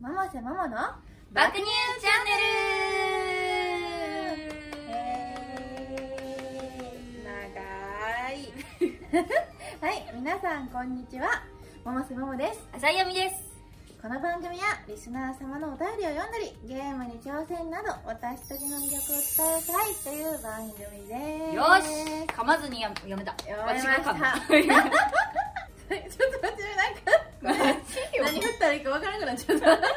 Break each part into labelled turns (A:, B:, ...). A: ママセママの
B: 爆乳チャンネル長い
A: はい皆さんこんにちはママセママです
B: 浅井亜美です
A: この番組はリスナー様のお便りを読んだりゲームに挑戦など私たちの魅力を伝えたいという番組です
B: よし噛まずにや読めた
A: 読めました
B: 私が噛む
A: し ちょっと待ってなん か何振ったらいいかわからなくなっちゃった で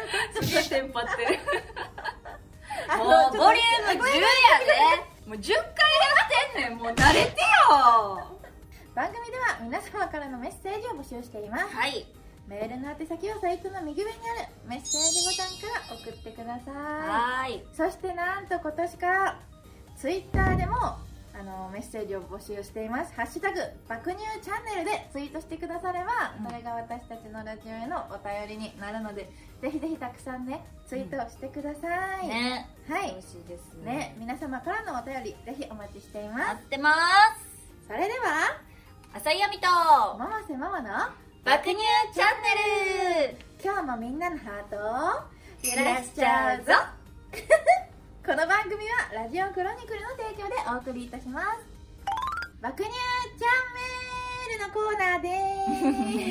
A: も
B: すげえテンパってる
A: あ
B: も
A: のちょっ
B: う
A: と
B: ボ
A: 待
B: リ
A: って
B: ューム10やでもう10回やってんねんもう慣れてよ
A: 番組では皆様からのメッセージを募集しています
B: はい
A: メールの宛先はサイトの右上にあるメッセージボタンから送ってくださ
B: はーい
A: いそしてなんと今年からツイッターでもあのメッセージを募集しています「ハッシュタグ爆乳チャンネル」でツイートしてくだされば、
B: うん
A: それが私たちのラジオへのお便りになるのでぜひぜひたくさんねツイートしてください、
B: ね
A: はい
B: 美味しいです
A: ね皆様からのお便りぜひお待ちしていま
B: 待
A: す
B: ってます
A: それでは
B: 浅井亜美と
A: ママせママの
B: 爆乳チャンネル
A: 今日もみんなのハートを
B: 揺らしちゃうぞ
A: この番組はラジオクロニクルの提供でお送りいたします爆乳チャンネルのコーナー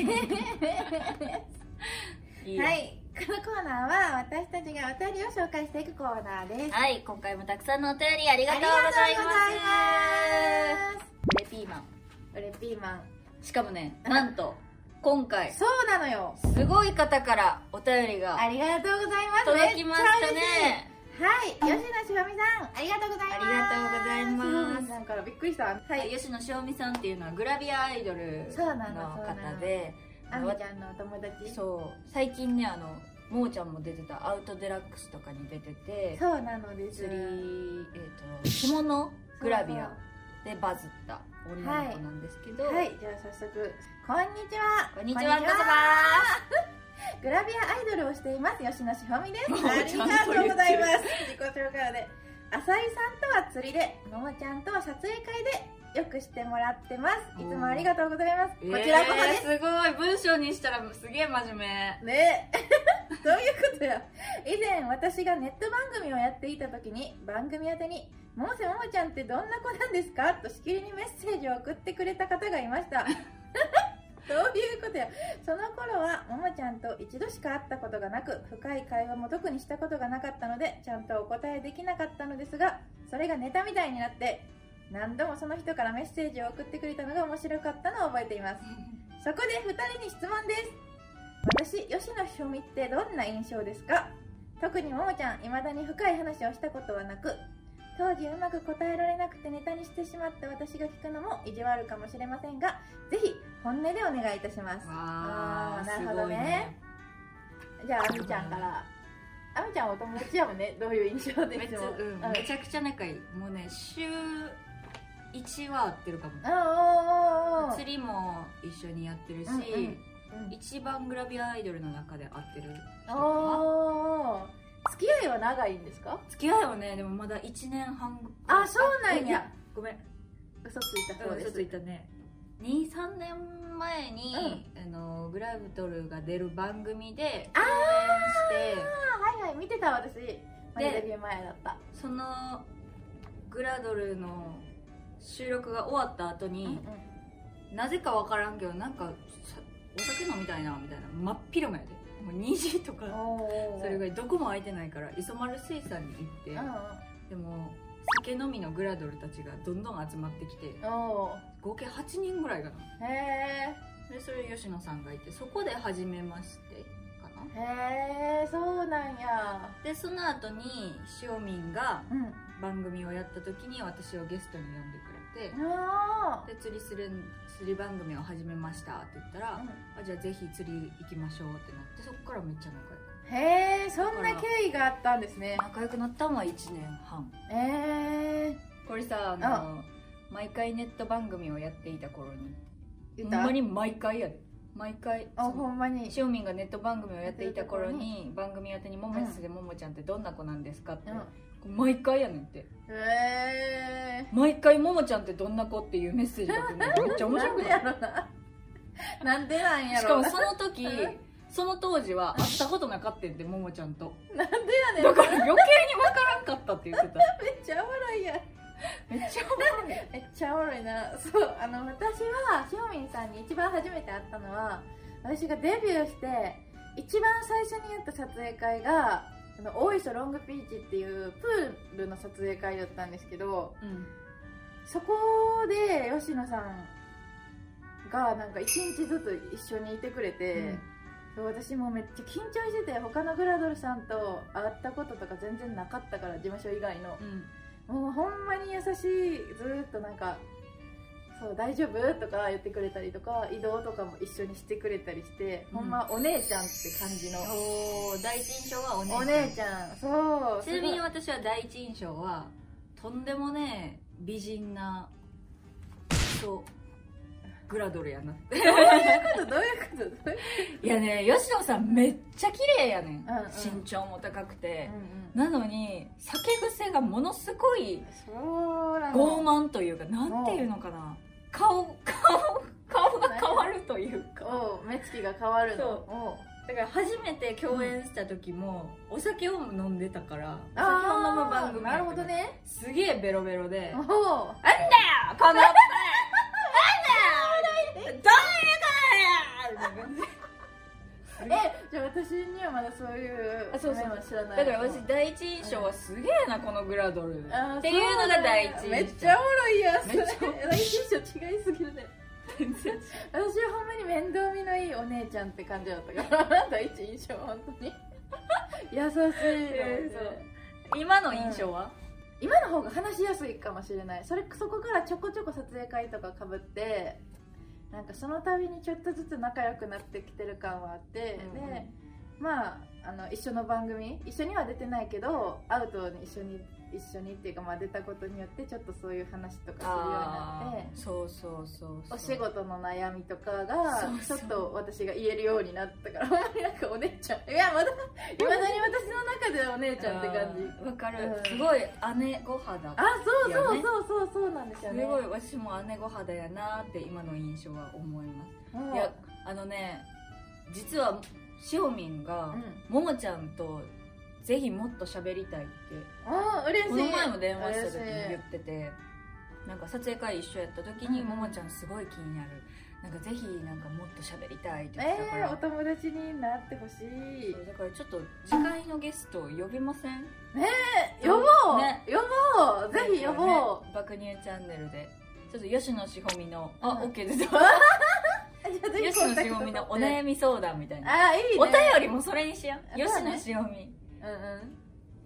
B: い いね
A: でーすはいこのコーナーは私たちがお便りを紹介していくコーナーです
B: はい、今回もたくさんのお便りありがとうございます。レピーマン。
A: ありがとうございます俺ピーマン
B: しかもね、なんと、今回、
A: そうなのよ
B: すごい方からお便り
A: あ
B: が
A: りがとうございます
B: 届きました
A: めっちゃ嬉しい
B: ね。
A: はい、吉野しばみさん、ありがとうございま
B: あ
A: す。
B: りがとうございます
A: しばみさんからびっくりした。は、
B: はいい、吉野しおみさんっていうのはグラビアアイドル
A: そうなの
B: の
A: そうなの
B: 方で、
A: あみちゃんのお友達。そう
B: そう、最近ね、あの、もーちゃんも出てたアウトデラックスとかに出てて、
A: なのです。
B: 釣り、えっと、着物グラビアでバズった女の子なんですけど、
A: はい、じゃあ早速、こんにちは。
B: こんにちは、こんにち
A: グラビアアイドルをしています、吉野しばみです。
B: も
A: あ
B: う
A: り
B: ちゃ
A: が
B: んと
A: とう
B: 言
A: ご
B: っ
A: ざ
B: て
A: い
B: る
A: ます。自己紹介で。浅井さんとは釣りで、ももちゃんとは撮影会で、よくしてもらってます。いつもありがとうございます。こちらこそです。
B: えーすごい文章にしたらすげえ真面目
A: ね どういうことや以前私がネット番組をやっていた時に番組宛てに「百瀬ももちゃんってどんな子なんですか?」としきりにメッセージを送ってくれた方がいました どういうことやその頃はももちゃんと一度しか会ったことがなく深い会話も特にしたことがなかったのでちゃんとお答えできなかったのですがそれがネタみたいになって何度もその人からメッセージを送ってくれたのが面白かったのを覚えていますそこで2人に質問です私吉野ひょみってどんな印象ですか特にももちゃん未だに深い話をしたことはなく当時うまく答えられなくてネタにしてしまった私が聞くのも意地悪かもしれませんがぜひ本音でお願いいたします
B: わ
A: あ
B: あ
A: ーな
B: な
A: る
B: る
A: ほ
B: ほ
A: ど
B: ど
A: ね
B: ね
A: じゃああみちゃんからあみちゃんお友達やもんねどういう印象で
B: めっ
A: す
B: ちゃ、
A: も
B: うん、めちゃくちゃ仲いいもうね週1は合ってるかも
A: あおーおーおー
B: 釣りも一緒にやってるし、
A: うんうん
B: 一番グラビアアイドルの中で合ってる人かな
A: おー付き合いは長いんですか
B: 付き合いはねでもまだ1年半
A: あそうなん
B: い
A: や
B: やごめん
A: 嘘ついたそうで
B: ちょっ
A: す
B: といたね23年前に、あのグラブトルが出る番組で
A: あー
B: 共演して
A: はいはい見てた私でデビュー前だった
B: そのグラドルの収録が終わった後
A: うんうん
B: に、なぜか分からんけどなんかさお酒飲みたいなみたいな真っ昼間やでもう2時とか
A: おー
B: それぐらいどこも空いてないから磯丸水産に行って、でも酒飲みのグラドルたちがどんどん集まってきて
A: うんうんお
B: 合計8人ぐらいかな
A: ーへ
B: でそれ吉野さんがいてそこで初めましてかな
A: えへえそうなんや
B: でその後にしおみんが
A: うん
B: 番組をやった時に私をゲストに呼んでくれて、
A: あ
B: で釣りする釣り番組を始めましたって言ったら、あじゃあぜひ釣り行きましょうってなってそこからめっちゃ仲良く
A: へえそんな経緯があったんですね
B: 仲良くなったのは1年半
A: ええ
B: これさあの毎回ネット番組をやっていた頃に
A: 言
B: ほ
A: っ
B: ん
A: た
B: まに毎回やで毎回
A: あ
B: その
A: ほんまに
B: しおみんがネット番組をやっていた頃に番組宛てに「ももやすでももちゃんってどんな子なんですか?」って、毎回やねんって
A: うんへえ
B: 毎回「ももちゃんってどんな子?」っていうメッセージが来るのめっちゃ面白く
A: なんで
B: ない
A: やろななんでなんや
B: しか
A: ろ
B: も
A: な
B: その時その当時は会ったことなかったってももちゃんと
A: なんでやねん
B: だから余計に分からんかったって言ってた
A: めっちゃおもろいやん
B: めっちゃ分かる
A: めっちゃおもろいな そうあの私はひょみんさんに一番初めて会ったのは私がデビューして一番最初にやった撮影会があの大磯ロングビーチっていうプールの撮影会だったんですけど
B: うん
A: そこで吉野さんがなんか一日ずつ一緒にいてくれて、私もめっちゃ緊張してて他のグラドルさんと会ったこととか全然なかったから事務所以外の
B: うん
A: もうほんまに優しいずーっとなんか「そう大丈夫?」とか言ってくれたりとか移動とかも一緒にしてくれたりして、
B: うん
A: ほんまお姉ちゃんって感じの
B: おー第一印象はお姉ちゃん
A: お姉ちゃんそう
B: ちなみに
A: す
B: 私は第一印象はとんでもねえ美人なそうグラドルやな
A: ごいどういうことどういうことどういうこ
B: いやね吉野さんめっちゃ綺麗やねん、
A: うんうん
B: 身長も高く
A: と
B: て、
A: う
B: なのに酒癖がものすごい
A: んうんそうな
B: 傲
A: の
B: 慢というかなんていうのかな顔顔顔が変わるというか
A: おう目つきが変わるの
B: そ
A: おう
B: だから初めて共演した時もお酒を飲んでたからお酒を飲む番組
A: あーなるほどね
B: すげえベロベロで
A: お
B: な
A: お
B: んだよこのなんだよどういうことだよ
A: えじゃあ私にはまだそういう
B: あそうそう
A: 面は知らない
B: だから私第一印象はすげえなこのグラドル
A: あー
B: っていうのが第一印象
A: そうなんやめっちゃおもろいやんそれ
B: めっちゃおも
A: 第一印象違いすぎるね
B: 全然
A: 私はほんまに面倒見のいいお姉ちゃんって感じだったから第一印象は本 当に優しいのよね、
B: えーそう今の印象は
A: 今の方が話しやすいかもしれないそれそこからちょこちょこ撮影会とかかぶってなんかその度にちょっとずつ仲良くなってきてる感はあって、
B: うんうん
A: でまああの一緒の番組一緒には出てないけどアウトに一緒に一緒にっていうか、まあ、出たことによってちょっとそういう話とかするようになって
B: あーそうそうそうそう
A: お仕事の悩みとかがち
B: そ
A: ょ
B: う
A: っ
B: そう
A: と私が言えるようになったからほ んまになんかお姉ちゃんいやまだいまだに私の中ではお姉ちゃんって感じ
B: あーわかる
A: うん
B: すごい姉御肌
A: あそうそうそうそうそうなんです
B: す
A: よね
B: ごい私も姉御肌やなって今の印象は思います
A: うん
B: いやあのね実はしおみんが
A: うん
B: ももちゃんとぜひもっと喋りたいって
A: あー嬉しい
B: この前も電話した時に
A: 嬉しい
B: 言っててなんか撮影会一緒やった時に
A: うん
B: ももちゃんすごい気になるなんかぜひなんかもっと喋りたいって言ってたか
A: え
B: ら、
A: ー、お友達になってほしい
B: そうだからちょっと次回のゲスト呼びません
A: 呼ぼう、
B: ね
A: 呼ぼうぜひ呼ぼう、
B: う爆乳チャンネルでちょっと吉野しほみのあ、
A: うん
B: オッケー です
A: じゃあぜひ
B: 吉
A: コン
B: 野
A: タ
B: し
A: クト
B: ほみのお
A: 取って
B: 悩み相談みたいな
A: あーいいね
B: お便りもそれにしやん
A: そう
B: 吉
A: ね
B: 野しほみ
A: うんうん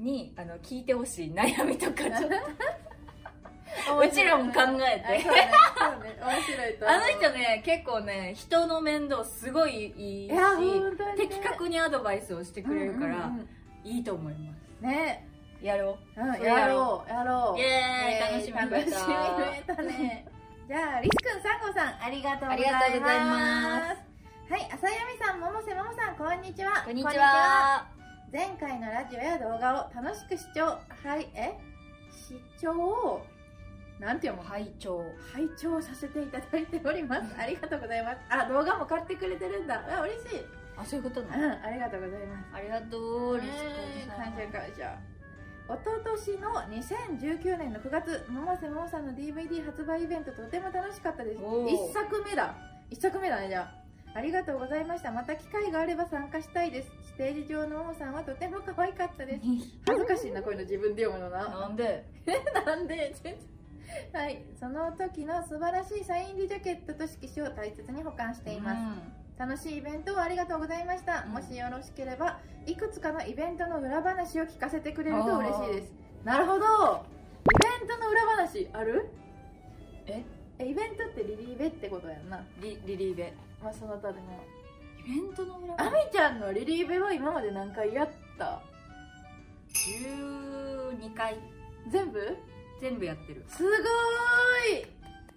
B: にあの聞いてほしい悩みとかちょっと
A: 面白いう
B: ちらも考え
A: あ
B: て
A: そうねそうね面白いと思
B: あ
A: う
B: の人ね結構ね人の面倒すごいいい
A: い
B: し
A: や本当にね
B: 的確にアドバイスをしてくれるから、
A: うんうん
B: いいと思います
A: うんね
B: やろ
A: うん
B: それ
A: や
B: や
A: ろ
B: ろ
A: うやろ
B: う
A: う
B: イエーイ楽しみ
A: 楽しみ
B: 増
A: 増
B: え
A: えた ねじゃあリスくんサンゴさんありがとうございます
B: ありがとうございます
A: はい浅井亜美さん百瀬ももさんこんにちは
B: たこんにちは
A: 前回のラジオや動画を楽しく視聴はいえ視聴をなんて読む
B: 拝聴
A: 拝聴させていただいておりますありがとうございますあ動画も買ってくれてるんだあ嬉しい
B: あそういうこと
A: うん
B: なの、
A: ありがとうございます
B: ありがとうリス
A: ね
B: 君さん
A: 感謝感謝おととしの2019年の9月百瀬ももさんの DVD 発売イベントとても楽しかったです
B: おー
A: 1作目だ1作目だねじゃあありがとうございましたまた機会があれば参加したいですステージ上のももさんはとても可愛かったです 恥ずかしいなこういうの自分で読むのな
B: なんで
A: なんで 全然はいその時の素晴らしいサイン入りジャケットと色紙を大切に保管しています、楽しいイベントをありがとうございました、
B: うん
A: もしよろしければいくつかのイベントの裏話を聞かせてくれると嬉しいですなるほどイベントの裏話ある
B: え
A: えイベントってリリーベってことやんな
B: うんリリリーベ
A: まあその他でも
B: イベントの裏
A: あ
B: 側
A: みちゃんのリリーベは今まで何回やった
B: 12回
A: 全部
B: 全部やってる
A: すごーい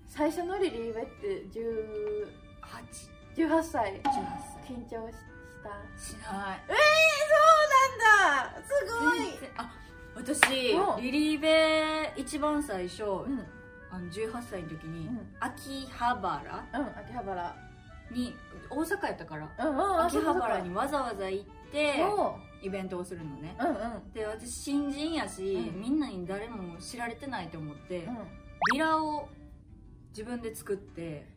A: 最初のリリーベって10
B: 818
A: 18歳
B: 歳
A: 緊張しした
B: しない
A: なんだす
B: 全然あ
A: お
B: 私リリーベ一番最初、
A: うん
B: あの18歳の時に、
A: うん
B: 秋葉原
A: うん秋葉原
B: に大阪やったから
C: うんうん
B: 秋葉原にわざわざ行って
C: も
B: イベントをするのね
C: ううんうん
B: で私新人やし、
C: うん
B: みんなに誰も知られてないと思って、
C: うん
B: ビラを自分で作って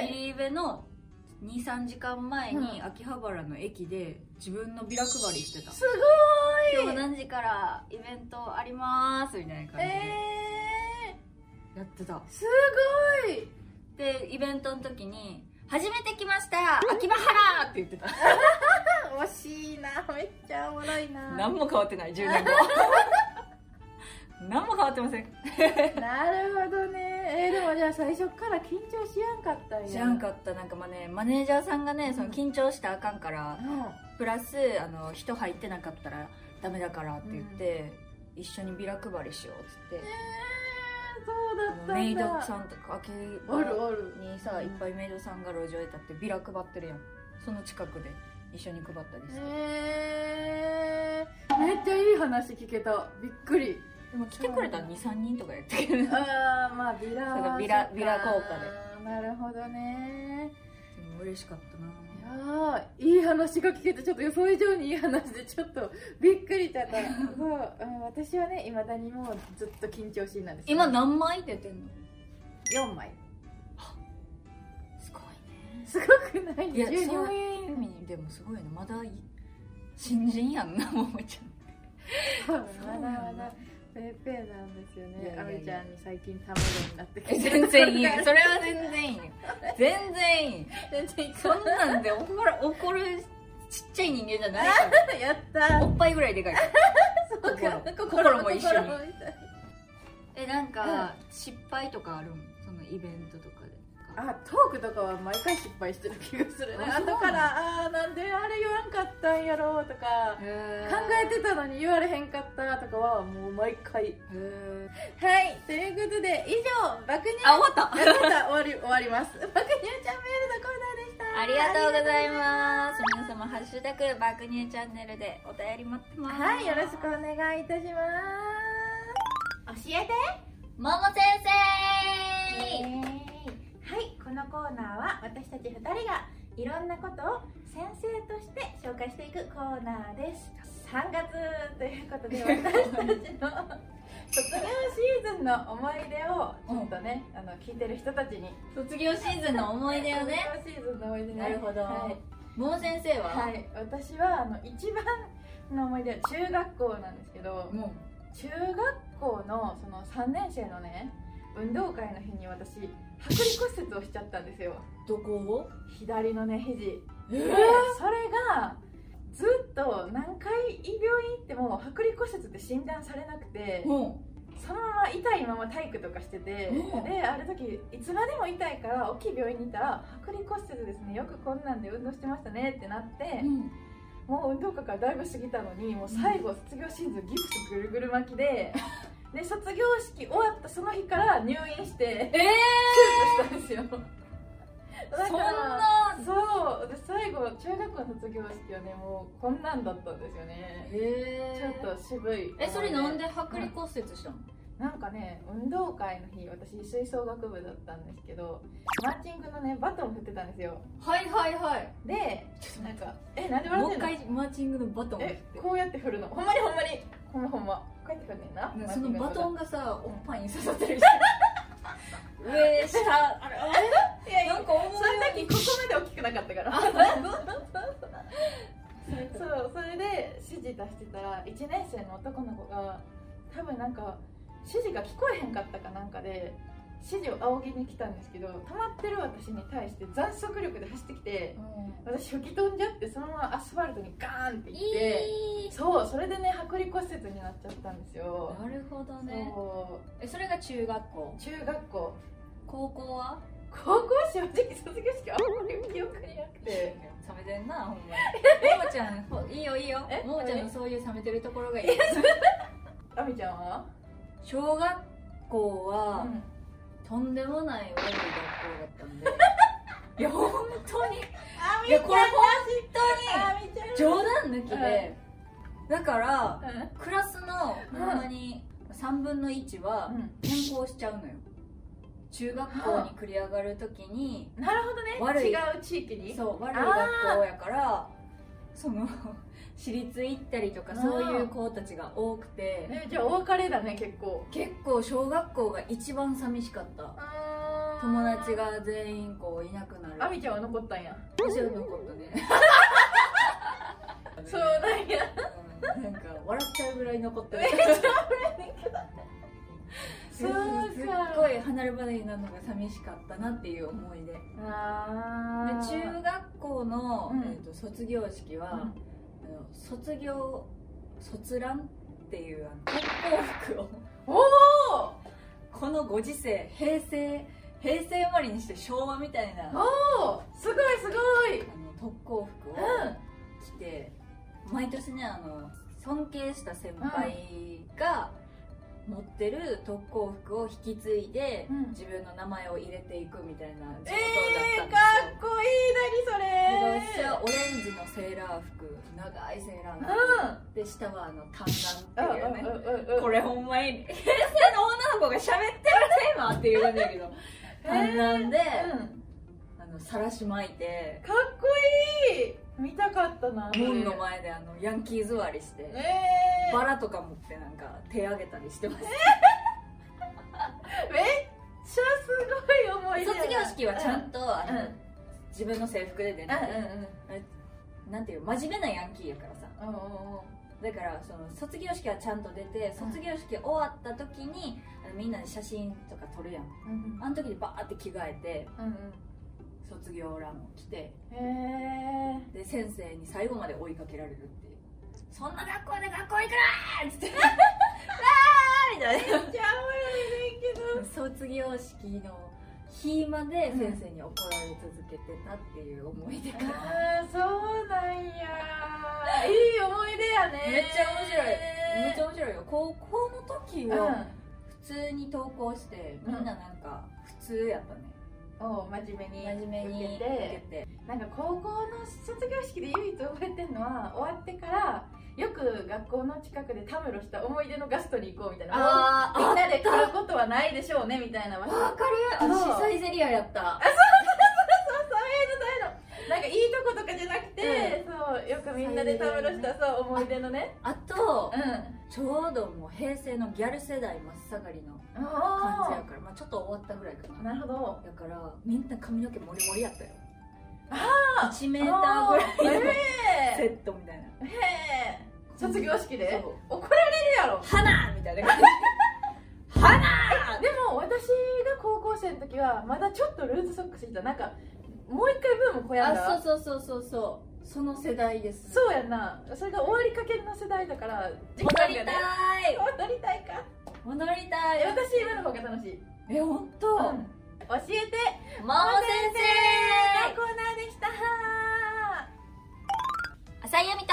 B: ビリーベの23時間前に
C: う
B: 秋葉原の駅で自分のビラ配りしてた、
C: すご
B: 今
C: い
B: 日何時からイベントありますみたいな感じで
C: え
B: やってた、
C: ー、すごい
B: でイベントの時に「初めて来ました秋葉原!」って言ってた
C: あ惜しいなめっちゃおもろいな
B: 何も変わってない10年後 何も変わってません
C: なるほどねえー、でもじゃあ最初から緊張しやんかったんや
B: 知らんかったなんかまあねマネージャーさんがねその緊張したらあかんから
C: うん
B: プラスあの人入ってなかったらダメだからって言って、一緒にビラ配りしようっつっ
C: え
B: て、
C: ー、そうだった
B: メ
C: ん
B: イド
C: だ
B: さんとか秋
C: おる
B: 葉
C: おる
B: にさ
C: うん
B: いっぱいメイドさんが路上で立ってビラ配ってるやんその近くで一緒に配ったりして、
C: えー、めっちゃいい話聞けたびっくり
B: でも来てくれた
C: うん
B: 23人とかやったけどね
C: ああまあビラ
B: そう
C: は
B: かビラ
C: そっか
B: ビラ効果
C: なるほどね
B: でも嬉しかったない
C: やーいい話が聞けてちょっと予想以上にいい話でちょっとびっくりしちゃったそう、うん、私はねいまだにもうずっと緊張しいなんです
B: 今何枚出てんの
C: 4枚
B: すごい
C: すごくない
B: ねいや
C: 12
B: そう
C: 枚
B: いう意味でもすごいねまだい新人やんなももち
C: 多分
B: ゃん
C: まだまだ
B: だ
C: ペーペーなんですよ
B: いや
C: ね
B: いや
C: あ
B: いや
C: みちゃんに最近卵になってきて
B: 全然いい
C: そ
B: それは全然いいよ全然いい
C: 全然いい
B: そんなんで怒る怒るちっちゃい人間じゃないか
C: やっ
B: ら
C: た
B: おっぱいぐらいでかいから
C: そうか
B: 心も一緒に
C: 心も一緒
B: えなんか失敗とかあるんそのイベントとかで
C: あトークとかは毎回失敗してる気がするね
B: あそうなの
C: 後から「あーなんであれ言わんかったんやろ」とか
B: へ
C: 考
B: ー
C: えてたのに言われへんかったとかはもう毎回
B: へー
C: はいということで以上爆乳
B: あ終わった
C: やってた終わり終わり ます爆乳ちゃんメールのコーナーでした
B: ありがとうございます皆様ハッシュタグ爆乳チャンネルでお便り待ってます
C: はいよろしくお願いいたしま
A: 教えて
B: もも先
A: は
B: 生
A: いこのコーナーは私たち2人がいろんなことを先生として紹介していくコーナーです3月ということで私たち の卒業シーズンの思い出をちょっとね、あの聞いてる人たちに
B: 卒業シーズンの思い出をね
A: 卒業シーズンの思い出ね
B: なるほど
A: はい
B: もも先生は、
A: はい、私はあの一番の思い出は中学校なんですけど
B: も
A: 中学校のその3年生のね運動会の日に私剥離骨折をしちゃったんですよ
B: うどこを
A: 左のね肘
B: え
A: でそれがずっと何回病院行っても剥離骨折って診断されなくて
B: も
A: そのまま痛いまま体育とかしてて
B: うん
A: である時いつまでも痛いから大きい病院に行ったら剥離骨折ですねよくこんなんで運動してましたねってなって
B: う、うん、
A: もう運動会からだいぶ過ぎたのにもう最後卒業シーズンギプスぐるぐる巻き でで卒業式終わったその日から入院して
B: ええ
A: 手術したんですよだ
B: そん
A: から
B: な
A: そうで最後中学校の卒業式はねもうこんなんだったんですよねち
B: え
A: ょっと渋い
B: えそれなん
A: で
B: で剥離骨折したの、
A: なんかね運動会の日私吹奏楽部だったんですけどマーチングのねバトン振ってたんですよ
B: はいはいはい
A: で
B: ちょっ
A: なんかえなんで笑
B: も
A: っ
B: う
A: て
B: 一
A: んの
B: 回マーチングのバトンを振っ
A: え
B: て
A: こうやって振るのほんまにほんまにほんまほんまこうやって振るねんな
B: ねそのバト
A: ン
B: ンがさお
A: うん
B: っぱいに刺さって るし上下あれあれ
A: いやいや
B: なんか思う
A: その時
B: よ
A: ここまで大きくなかったから そうそれで指示出してたら1年生の男の子が多分なんか指示が聞こえへんかったかなんかで指示を仰ぎに来たんですけど溜まってる私に対して残速力で走ってきて私吹き飛んじゃってそのままアスファルトにガーンってい
B: に
A: って
B: いい
A: そうそれでね剥離骨折になっちゃったんですよ
B: なるほどね
A: そ
B: えそれが中学校
A: う中学校
B: 高校は
A: 高校正直卒業式あんまり記憶になくて
B: 冷めてんなほんまにももちゃんほいいよいいよ
A: え
B: ももちゃんのそういう冷めてるところがいい
A: あみちゃんは
B: 小学校は、
A: うん
B: とんでもない悪い学校だったんで いや本当に
A: あ
B: いやこれ本
A: あみちゃん
B: 当に冗談抜きで、だから
A: うん
B: クラスのほんまに3分の1は
A: うん
B: 転校しちゃうのよ中学校に繰り上がる時に
D: なるほどね
B: 悪い
D: 違う地域に
B: そう悪い学校やからその 私立行ったりとか
D: あー
B: そういう子たちが多くて
D: えじゃあお別れだね結構
B: 結構小学校が一番寂しかった友達が全員こういなくなる
D: あみちゃんは残ったんや
B: 面白かったね
D: そうなんや
B: うんなんか笑っちゃうぐらい残ってる
D: そう
B: すっ
D: か
B: ごい離れ離れになるのが寂しかったなっていう思い出で
D: あー
B: 中学校の、
D: うん
B: えーと卒業式は、
D: うん
B: あの卒業卒ランっていうあの学校服を
D: おお
B: このご時世平成平成生まれにして昭和みたいなあの
D: おーすごいすごい
B: 特攻服を
D: う
B: 着て、毎年ねあの尊敬した先輩が持ってる特攻服を引き継いで、
D: うん
B: 自分の名前を入れていくみたいな仕事だったんです
D: え
B: よ、
D: ー、かっこいい何それ
B: で私はオレンジのセーラー服長いセーラー服、で下はあの短
D: う
B: ラン
D: ん
B: っていう
D: う
B: ね、
D: んうんうん
B: これほんまに平成の女の子が喋ってるテーマって言うんだけど 短ランで、
D: うん
B: あのさらし巻いて
D: かっこいい見たかったなそれ
B: 門の前であのヤンキー座りして、
D: え
B: バラとか持ってなんか手上げたりしてまし
D: ー、めっちゃすごい思
B: た
D: い出
B: 卒業式はちゃん
D: と
B: と、あ
D: うん
B: の自分の制服で出て、
D: うん
B: なんていう真面目なヤンキーやからさ
D: うんうんうんうん
B: だからその卒業式はちゃんと出て卒業式終わった時に、あのみんなで写真とか撮るやん
D: うん
B: あの時にバーって着替えて
D: うん
B: 卒業欄を着て
D: うんへー
B: で先生に最後まで追いかけられるっていうそんな学校で学校行くな ーっつってわーみたいな
D: めっちゃおもろいねん
B: 卒業式の日まで先生に怒られ続けてたっていう思い出か
D: けど
B: な、
D: あーそうなんやいい思い出やね
B: めっちゃ面白いめっちゃ面白いよ高校の時は普通に登校してみんななんか普通やったね
D: うんおう真面目に
B: 真面目に
D: 受け
B: 受
D: て
B: けて
D: なんか高校の卒業式で唯一覚えてるのは終わってからよく学校の近くでたむろした思い出のガストに行こうみたいな
B: あ
D: みんなで買うことはないでしょうねみたいな場所
B: わかるあの
D: そう
B: シサイゼリアやった
D: なんかいいとことかじゃなくて、そうよくみんなでたむろしたそう思い出のね
B: あと
D: うん
B: ちょうどもう平成のギャル世代真っ盛りの感じや
D: あ
B: からまあちょっと終わったぐらいか
D: あ
B: な
D: なるほど
B: だからみんな髪の毛モリモリやったよ
D: あ
B: 1メーターぐらいのセ
D: え
B: ットみたいな
D: えへえ卒業式で
B: そう
D: 怒られるやろ
B: 花みたいな感じ花
D: でも私が高校生の時はまだちょっとルーズソックスいたなんかもう一回ブームこやんだ
B: あそうそうそうそうそうその世代です
D: そうやんなそれが終わりかけの世代だから時
B: 戻りた
D: が
B: い
D: ね 戻りたいか
B: 戻りた
D: え
B: い
D: 私今の方が楽しい、
B: え本当
D: う
B: も
D: ん教えて
B: う先
D: のコーナーでした
B: 生浅井由美と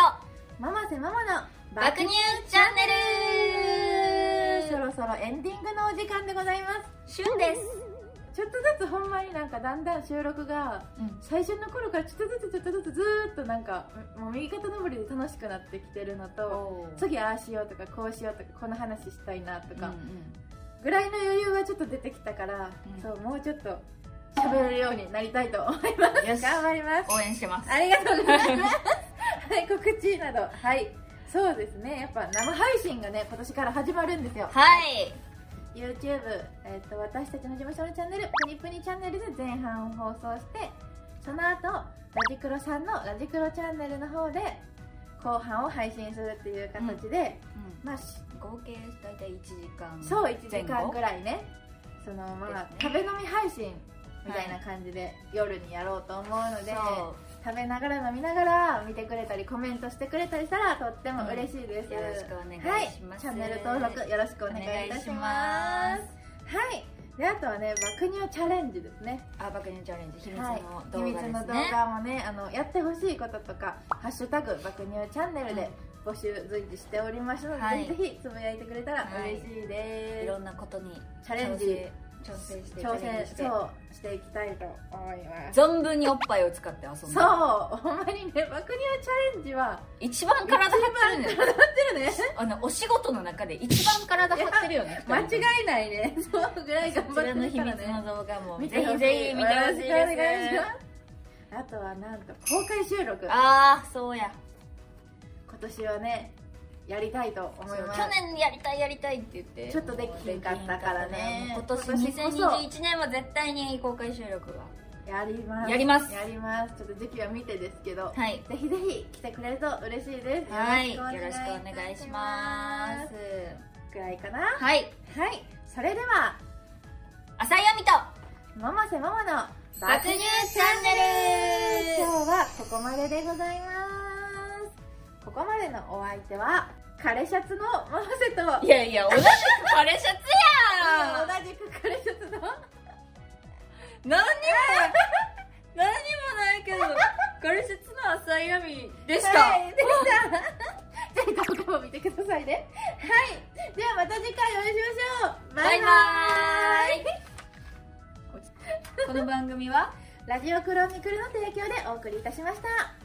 A: ママせママの
B: 爆乳チャンネル
A: そろそろエンディングのお時間でございま
B: 旬です
A: すちょっとずつほんまになんかだんだん収録が
B: うん
A: 最初の頃からちょっとずつちょっとずつずーっとなんかもう右肩上りで楽しくなってきてるのと次ああしようとかこうしようとかこの話したいなと
B: うんう
A: か
B: ん
A: ぐらいの余裕はちょっと出てきたから、
B: うん
A: そうもうちょっと喋れるようになりたいと思います
B: よし
A: 頑張ります
B: 応援してます
A: ありがとうございます。はい、告知など、はい。そうですね、やっぱ生配信がね、今年から始まるんですよ。
B: はい、
A: YouTube、えっと、私たちの事務所のチャンネル、プニプニチャンネルで前半を放送して、その後、ラジクロさんのラジクロチャンネルの方で、後半を配信するっていう形で、まあ、し
B: 合計大体1時間
A: そう1時間ぐ
B: い
A: らいね、そのまあ、
B: ですね
A: 食べ飲み配信みたいな感じで、夜にやろうと思うので、食べながら飲みながら見てくれたりコメントしてくれたりしたらとっても嬉しいです、
B: よろしくお願いします、
A: はい、チャンネル登録よろしくお願いいたしますはいであとはね爆乳チャレンジですね
B: あ爆乳チャレンジ秘密
A: はい
B: の
A: 秘
B: 動
A: 密
B: 画ですね、
A: の動画もねあのやってほしいこととか「ハッシュタグ爆乳チャンネル」で募集随時しておりますので、
B: はい
A: ぜひぜひつぶやいてくれたら嬉しい
B: い
A: です、
B: ろんなことに
A: チャレンジ
B: 挑戦して
A: 挑
B: チャレンジ
A: 戦
B: して
A: そうしていきたいと思います
B: 存分におっぱいを使って遊ぶ
A: そうほんまにね爆乳チャレンジは
B: 一番体張ってるね
A: だよね
B: あのお仕事の中で一番体張ってるよね
A: 間違いないねそうぐらい
B: そち
A: 頑張
B: ら
A: っ
B: の
A: て
B: 秘
A: るか
B: 密
A: ら
B: の
A: ね
B: 動画もぜ
A: 見
B: ひ
A: てほしい
B: ぜひ見てほしいです
A: よろくお願いしますあとはなんと公開収録今
B: ああそうや
A: 年はねやりたいと思います
B: 去年やりたいやりたいって言って
A: ちょっとできへんかったからね
B: もうできへんかったね今年
A: 今
B: 2021
A: 年
B: 年は絶対に公開収録が
A: やります
B: やります
A: やりますちょっと時期は見てですけど
B: はい
A: ぜひぜひ来てくれると嬉しいです
B: はいよ
A: よ
B: ろ
A: ろ
B: し
A: し
B: く
A: く
B: お
A: お
B: 願
A: 願
B: い
A: い
B: し
A: し
B: ま
A: ます
B: す
A: くらいかな
B: はい
A: はいそれでは
B: 浅井亜美と
A: 百瀬ママの
B: 爆乳チャンネル
A: 今日はここまででございますここまでのお相手は枯シャツの百瀬と
B: いやいや同じくパレシャツや
A: 同じく枯シャツの
B: 何にも何もないけどガルシャツの浅井亜美でした、
A: はい、でした。ぜひ動画も見てくださいね。はい、ではまた次回お会いしましょう。
B: バイバ
A: イ
B: ーイこの番組は
A: ラジオクロニクルの提供でお送りいたしました。